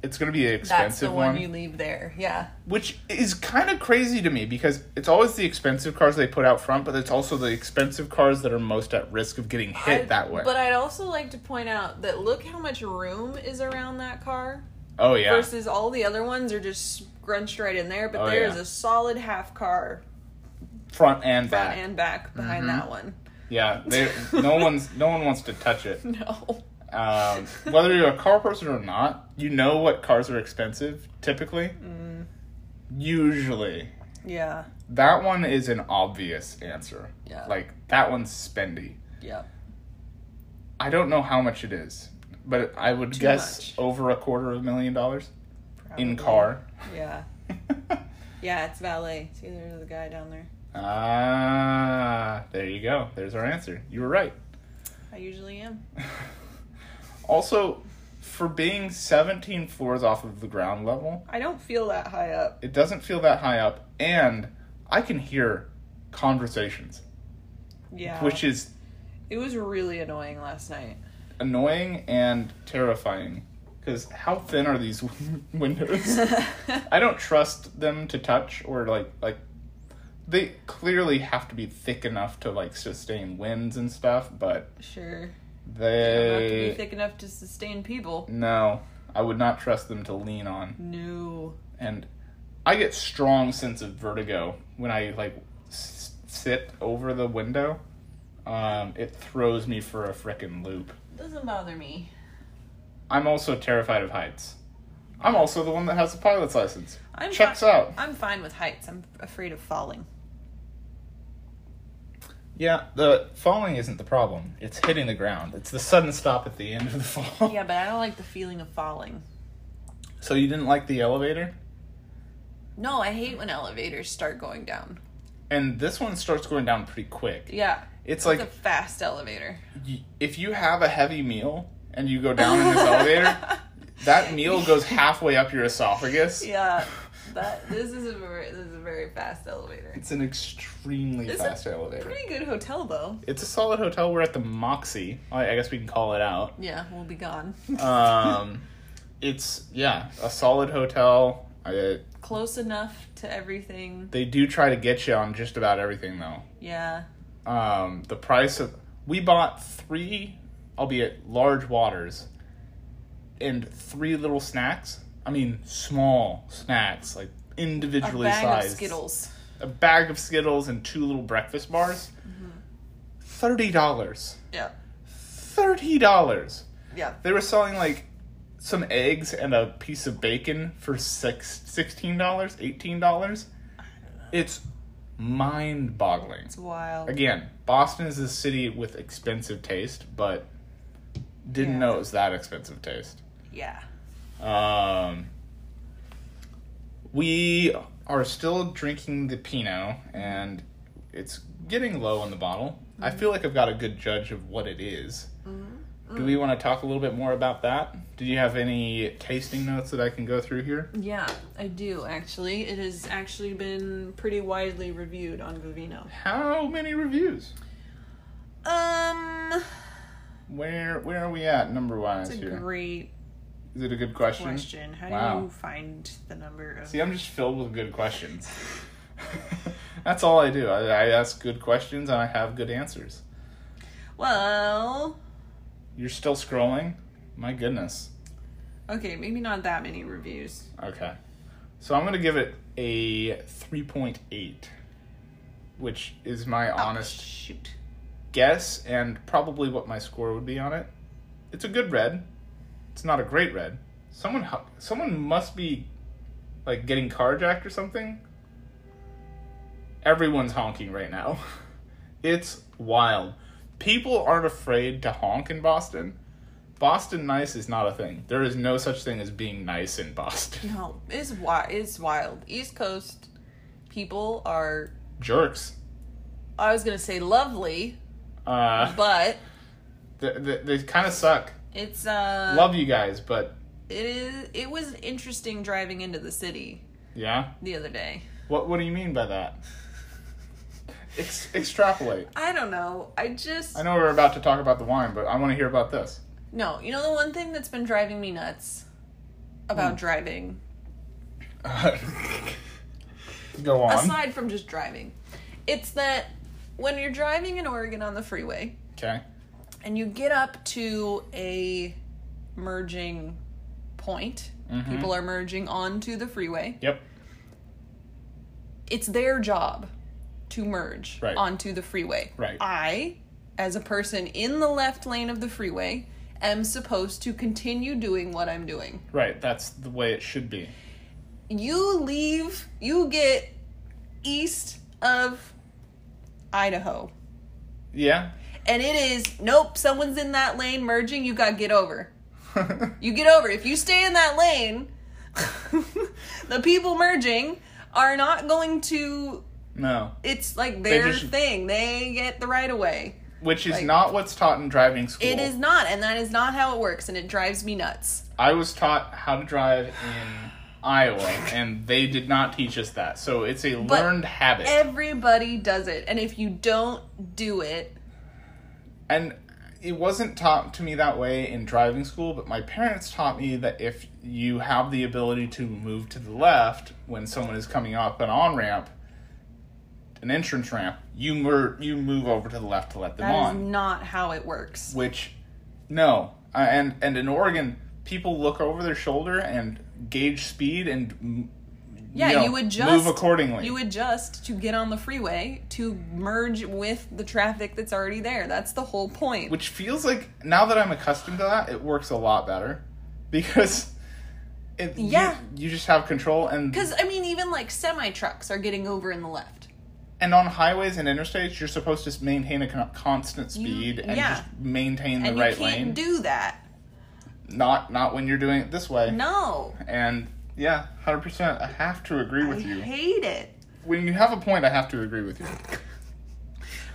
S1: it's gonna be an
S2: That's
S1: expensive
S2: the one, you leave there. Yeah.
S1: which is kind of crazy to me because it's always the expensive cars they put out front, but it's also the expensive cars that are most at risk of getting hit
S2: I-
S1: that way.
S2: But I'd also like to point out that look how much room is around that car
S1: oh yeah,
S2: versus all the other ones are just scrunched right in there. But
S1: Oh,
S2: there is
S1: yeah.
S2: a solid half car
S1: front and
S2: front
S1: back. Mm-hmm.
S2: and back behind that one.
S1: Yeah, they, no one's no one wants to touch it.
S2: No.
S1: Um, whether you're a car person or not, you know what cars are expensive typically. Usually,
S2: Yeah.
S1: that one is an obvious answer.
S2: Yeah.
S1: Like that one's spendy.
S2: Yeah.
S1: I don't know how much it is, but I would
S2: Too
S1: guess
S2: much.
S1: over a quarter of a million dollars in
S2: Probably.
S1: car.
S2: Yeah. Yeah, it's valet. It's either the guy down there.
S1: ah, there you go. There's our answer. You were right.
S2: I usually am.
S1: Also, for being 17 floors off of the ground level,
S2: I don't feel that high up.
S1: it doesn't feel that high up, and I can hear conversations,
S2: Yeah.
S1: which is
S2: it was really annoying last night.
S1: annoying and terrifying. Because how thin are these windows?
S2: yeah.
S1: I don't trust them to touch or like like they clearly have to be thick enough to like sustain winds and stuff, but
S2: Sure. They don't have to be
S1: they
S2: thick enough to sustain people.
S1: no, I would not trust them to lean on.
S2: No.
S1: And I get strong sense of vertigo when I like s- sit over the window. Um, it throws me for a frickin' loop.
S2: Doesn't bother me.
S1: I'm also terrified of heights. I'm also the one that has a pilot's license.
S2: I'm
S1: Checks
S2: fi-
S1: out.
S2: I'm fine with heights. I'm afraid of falling.
S1: Yeah, the falling isn't the problem. It's hitting the ground. It's the sudden stop at the end of the fall.
S2: Yeah, but I don't like the feeling of falling.
S1: So you didn't like the elevator?
S2: No, I hate when elevators start going down.
S1: And this one starts going down pretty quick.
S2: Yeah.
S1: It's
S2: It's
S1: like
S2: a fast elevator.
S1: y- if you have a heavy meal and you go down in this elevator, that meal goes halfway up your esophagus.
S2: Yeah, that this is a very, this is a very fast elevator.
S1: It's an extremely
S2: This is
S1: fast elevator.
S2: Pretty good hotel though.
S1: It's a solid hotel. We're at the Moxie. I I guess we can call it out.
S2: Yeah, we'll be gone.
S1: Um, it's yeah, a solid hotel. I,
S2: Close enough to everything.
S1: they do try to get you on just about everything though.
S2: Yeah,
S1: um, the price of we bought three albeit large waters and three little snacks i mean small snacks like
S2: a
S1: individually
S2: bag
S1: sized
S2: of Skittles.
S1: a bag of skittles and two little breakfast bars $30
S2: Yeah,
S1: $30
S2: yeah.
S1: they were selling like some eggs and a piece of bacon for six, $16 $18 it's mind-boggling
S2: It's wild.
S1: again, Boston is a city with expensive taste, but didn't
S2: Yeah.
S1: know it was that expensive taste.
S2: Yeah,
S1: Um, we are still drinking the Pinot, and it's getting low in the bottle. I feel like I've got a good judge of what it is. Do we want to talk a little bit more about that? Do you have any tasting notes that I can go through here?
S2: yeah. I do actually. It has actually been pretty widely reviewed on Vivino.
S1: How many reviews?
S2: Um,
S1: Where where are we at number wise
S2: it's a
S1: here?
S2: great
S1: Is it a good question?
S2: question. How
S1: Wow.
S2: do you find the number of?
S1: See, I'm just filled with good questions. That's all I do. I, I ask good questions and I have good answers.
S2: Well,
S1: You're still scrolling? My goodness.
S2: okay, maybe not that many reviews.
S1: Okay. So I'm going to give it a 3.8, which is my honest
S2: Shoot.
S1: guess and probably what my score would be on it. It's a good red. It's not a great red. Someone hu- someone must be like getting carjacked or something. Everyone's honking right now. It's wild. People aren't afraid to honk in Boston. Boston nice is not a thing. There is no such thing as being nice in Boston.
S2: No, it's wild. It's wild. East Coast people are.
S1: Jerks.
S2: I was gonna say lovely,
S1: Uh,
S2: but
S1: they, they, they kind of suck.
S2: it's uh.
S1: Love you guys, but
S2: It is. It was interesting driving into the city
S1: yeah.
S2: the other day.
S1: What What do you mean by that? Ex- extrapolate.
S2: I don't know. I just
S1: I know we're about to talk about the wine, but I want to hear about this.
S2: no. You know the one thing that's been driving me nuts
S1: Hmm.
S2: about driving,
S1: Go on.
S2: aside from just driving, it's that when you're driving in Oregon on the freeway,
S1: okay.
S2: and you get up to a merging point.
S1: Mm-hmm.
S2: People are merging onto the freeway.
S1: Yep.
S2: It's their job to merge
S1: Right.
S2: onto the freeway.
S1: Right.
S2: I, as a person in the left lane of the freeway, am supposed to continue doing what I'm doing.
S1: Right. That's the way it should be.
S2: You leave, you get east of Idaho.
S1: Yeah.
S2: and it is nope, someone's in that lane merging, you got to get over. You get over. If you stay in that lane, the people merging are not going to
S1: no.
S2: it's like their
S1: just-
S2: thing. They get the right of way.
S1: Which is
S2: Like-
S1: not what's taught in driving school.
S2: It is not, and that is not how it works, and it drives me nuts.
S1: I was taught how to drive in Iowa, and they did not teach us that. So it's a learned habit.
S2: Everybody does it, and if you don't do it,
S1: and it wasn't taught to me that way in driving school, but my parents taught me that if you have the ability to move to the left when someone is coming up an on ramp, an entrance ramp, you mer- you move over to the left to let them
S2: that is
S1: on.
S2: not how it works.
S1: which no uh, and and in oregon people look over their shoulder and gauge speed and mm,
S2: Yeah,
S1: know,
S2: you adjust.
S1: move accordingly
S2: You adjust to get on the freeway to merge with the traffic that's already there. That's the whole point.
S1: which feels like now that i'm accustomed to that it works a lot better because it, you-
S2: Yeah.
S1: you, just have control and
S2: Because I mean, even like semi trucks are getting over in the left.
S1: and on highways and interstates you're supposed to maintain a con- constant speed and
S2: yeah.
S1: just maintain the
S2: And
S1: right
S2: you can't
S1: lane
S2: do that.
S1: not not when you're doing it this way
S2: No,
S1: and yeah 100% i have to agree
S2: I
S1: with you
S2: hate it.
S1: when you have a point i have to agree with you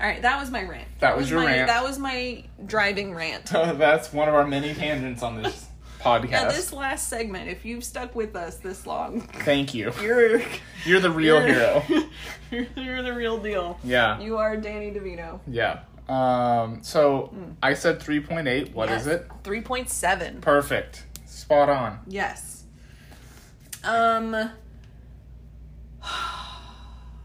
S2: All right, that was my rant.
S1: That was your
S2: my,
S1: rant.
S2: That was my driving rant.
S1: That's one of our many tangents on this podcast.
S2: Now, this last segment, if you've stuck with us this long,
S1: Thank you.
S2: you're
S1: You're the real
S2: you're-
S1: hero.
S2: You're, the real deal.
S1: Yeah.
S2: You are Danny DeVito.
S1: yeah. Um, so I said 3.8. What is it?
S2: Three point seven.
S1: Perfect. Spot on.
S2: Yes. Um.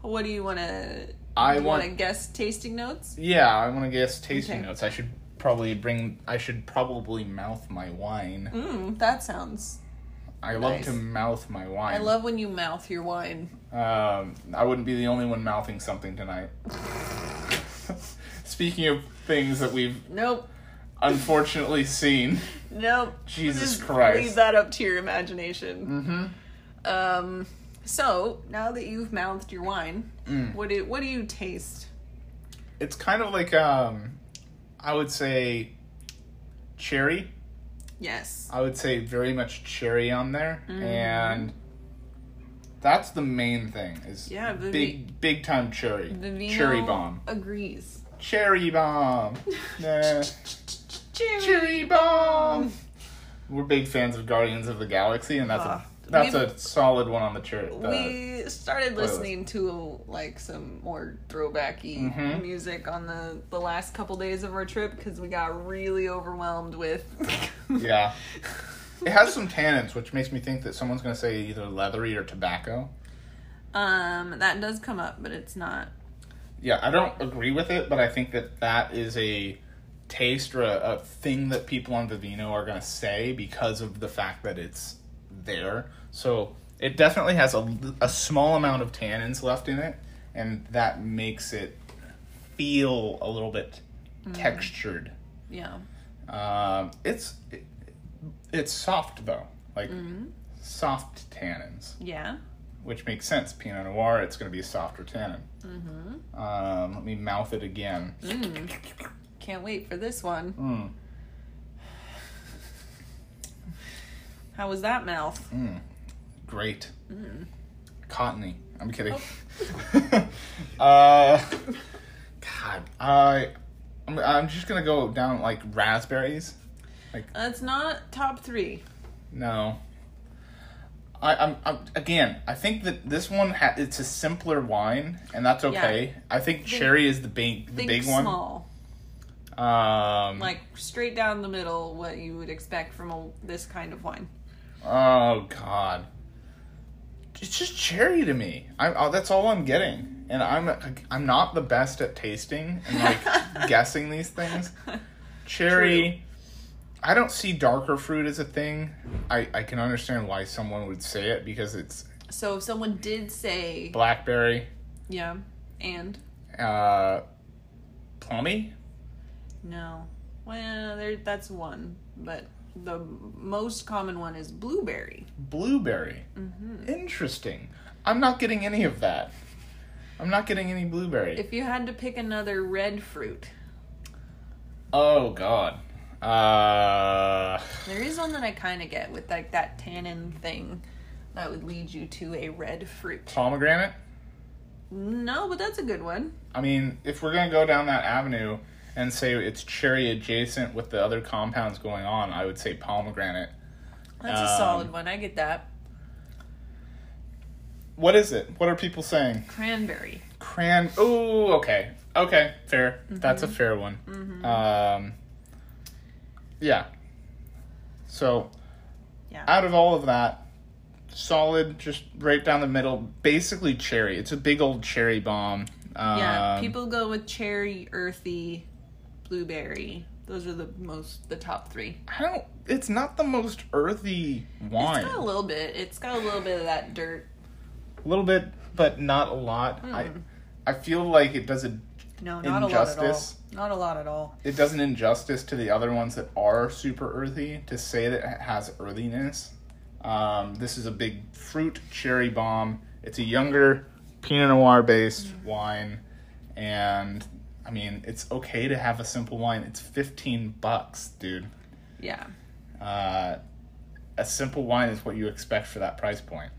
S2: What do you want to?
S1: I
S2: you
S1: want.
S2: to guess tasting notes.
S1: Yeah, I want to guess tasting
S2: Okay.
S1: notes. I should probably bring. I should probably mouth my wine.
S2: Mm, that sounds.
S1: I love
S2: nice.
S1: to mouth my wine.
S2: I love when you mouth your wine.
S1: Um, I wouldn't be the only one mouthing something tonight. Speaking of things that we've
S2: Nope.
S1: unfortunately seen.
S2: Nope.
S1: Jesus
S2: Just
S1: Christ.
S2: Leave that up to your imagination. Mm-hmm. Um. So now that you've mouthed your wine,
S1: Mm.
S2: what do what do you taste?
S1: it's kind of like um i would say cherry
S2: Yes.
S1: i would say very much cherry on there
S2: Mm-hmm.
S1: and that's the main thing is
S2: Yeah, the-
S1: big big time cherry
S2: Vivino
S1: cherry bomb
S2: agrees.
S1: cherry bomb Nah.
S2: Cherry.
S1: cherry bomb we're big fans of guardians of the galaxy and that's
S2: Ah.
S1: a that's
S2: We've-
S1: a solid one on the cherry
S2: we started listening to like some more throwbacky
S1: Mhm.
S2: music on the the last couple days of our trip because we got really overwhelmed with
S1: yeah it has some tannins which makes me think that someone's going to say either leathery or tobacco
S2: um that does come up but it's not
S1: Yeah, I don't agree with it, but I think that that is a taste or a, a thing that people on Vivino are going to say because of the fact that it's there. So it definitely has a, a small amount of tannins left in it, and that makes it feel a little bit textured.
S2: yeah
S1: Um, it's it, it's soft though, like soft tannins
S2: yeah
S1: which makes sense. Pinot Noir, it's going to be a softer tannin. Mm-hmm. Um, let me mouth it again.
S2: can't wait for this one
S1: Mm.
S2: how was that mouth
S1: Hmm. Great.
S2: Mm-hmm.
S1: Cottony. I'm kidding.
S2: Oh.
S1: uh, God, I, I'm, I'm just going to go down like raspberries.
S2: that's not top three
S1: No. I, I'm, I'm again. I think that this one ha- it's a simpler wine, and that's okay. I think cherry is the big the
S2: think
S1: big
S2: small
S1: one. Um,
S2: like straight down the middle what you would expect from a, this kind of wine
S1: Oh God, it's just cherry to me. I'm oh, that's all I'm getting, and I'm I'm not the best at tasting and like guessing these things. Cherry. I don't see darker fruit as a thing. I I can understand why someone would say it because it's
S2: so if someone did say
S1: blackberry,
S2: yeah and
S1: uh, plummy.
S2: No. Well, there, that's one, but the most common one is blueberry.
S1: blueberry. Interesting. I'm not getting any of that. I'm not getting any blueberry.
S2: If you had to pick another red fruit,
S1: Oh God. Uh,
S2: There is one that I kind of get with like that tannin thing that would lead you to a red fruit.
S1: pomegranate.
S2: No, but that's a good one.
S1: I mean, if we're gonna go down that avenue and say it's cherry adjacent with the other compounds going on, I would say pomegranate.
S2: That's a
S1: Um,
S2: solid one. I get that.
S1: What is it? What are people saying?
S2: Cranberry.
S1: Cran. Ooh, okay, okay, fair. That's a
S2: Mm-hmm.
S1: fair one. Um, yeah. So,
S2: Yeah.
S1: out of all of that, solid, just right down the middle. Basically, cherry. It's a big old cherry bomb. Um,
S2: yeah. People go with cherry, earthy, blueberry. Those are the most the top three.
S1: I don't. It's not the most earthy wine.
S2: It's got a little bit. It's got a little bit of that dirt.
S1: a little bit, but not a lot. I I feel like it does a
S2: No, not
S1: Injustice.
S2: a lot at all. Not a lot at all.
S1: it does an injustice to the other ones that are super earthy to say that it has earthiness. Um, this is a big fruit cherry bomb. It's a younger Pinot Noir based wine, and I mean it's okay to have a simple wine. It's fifteen bucks, dude.
S2: Yeah.
S1: Uh, a simple wine is what you expect for that price point.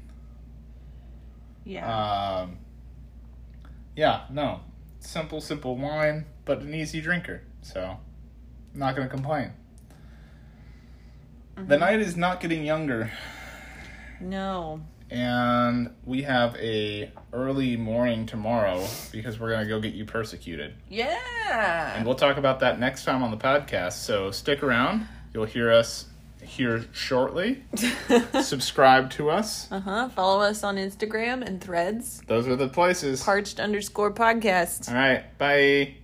S2: Yeah.
S1: Um, yeah, no. Simple, simple wine, but an easy drinker. So, not going to complain. The night is not getting younger,
S2: no.
S1: and we have a early morning tomorrow because we're going to go get you persecuted. And
S2: Yeah.
S1: we'll talk about that next time on the podcast. So, stick around. You'll hear us here shortly. Subscribe to us.
S2: uh huh. Follow us on Instagram and Threads.
S1: Those are the places.
S2: Parched underscore podcast.
S1: All right. Bye.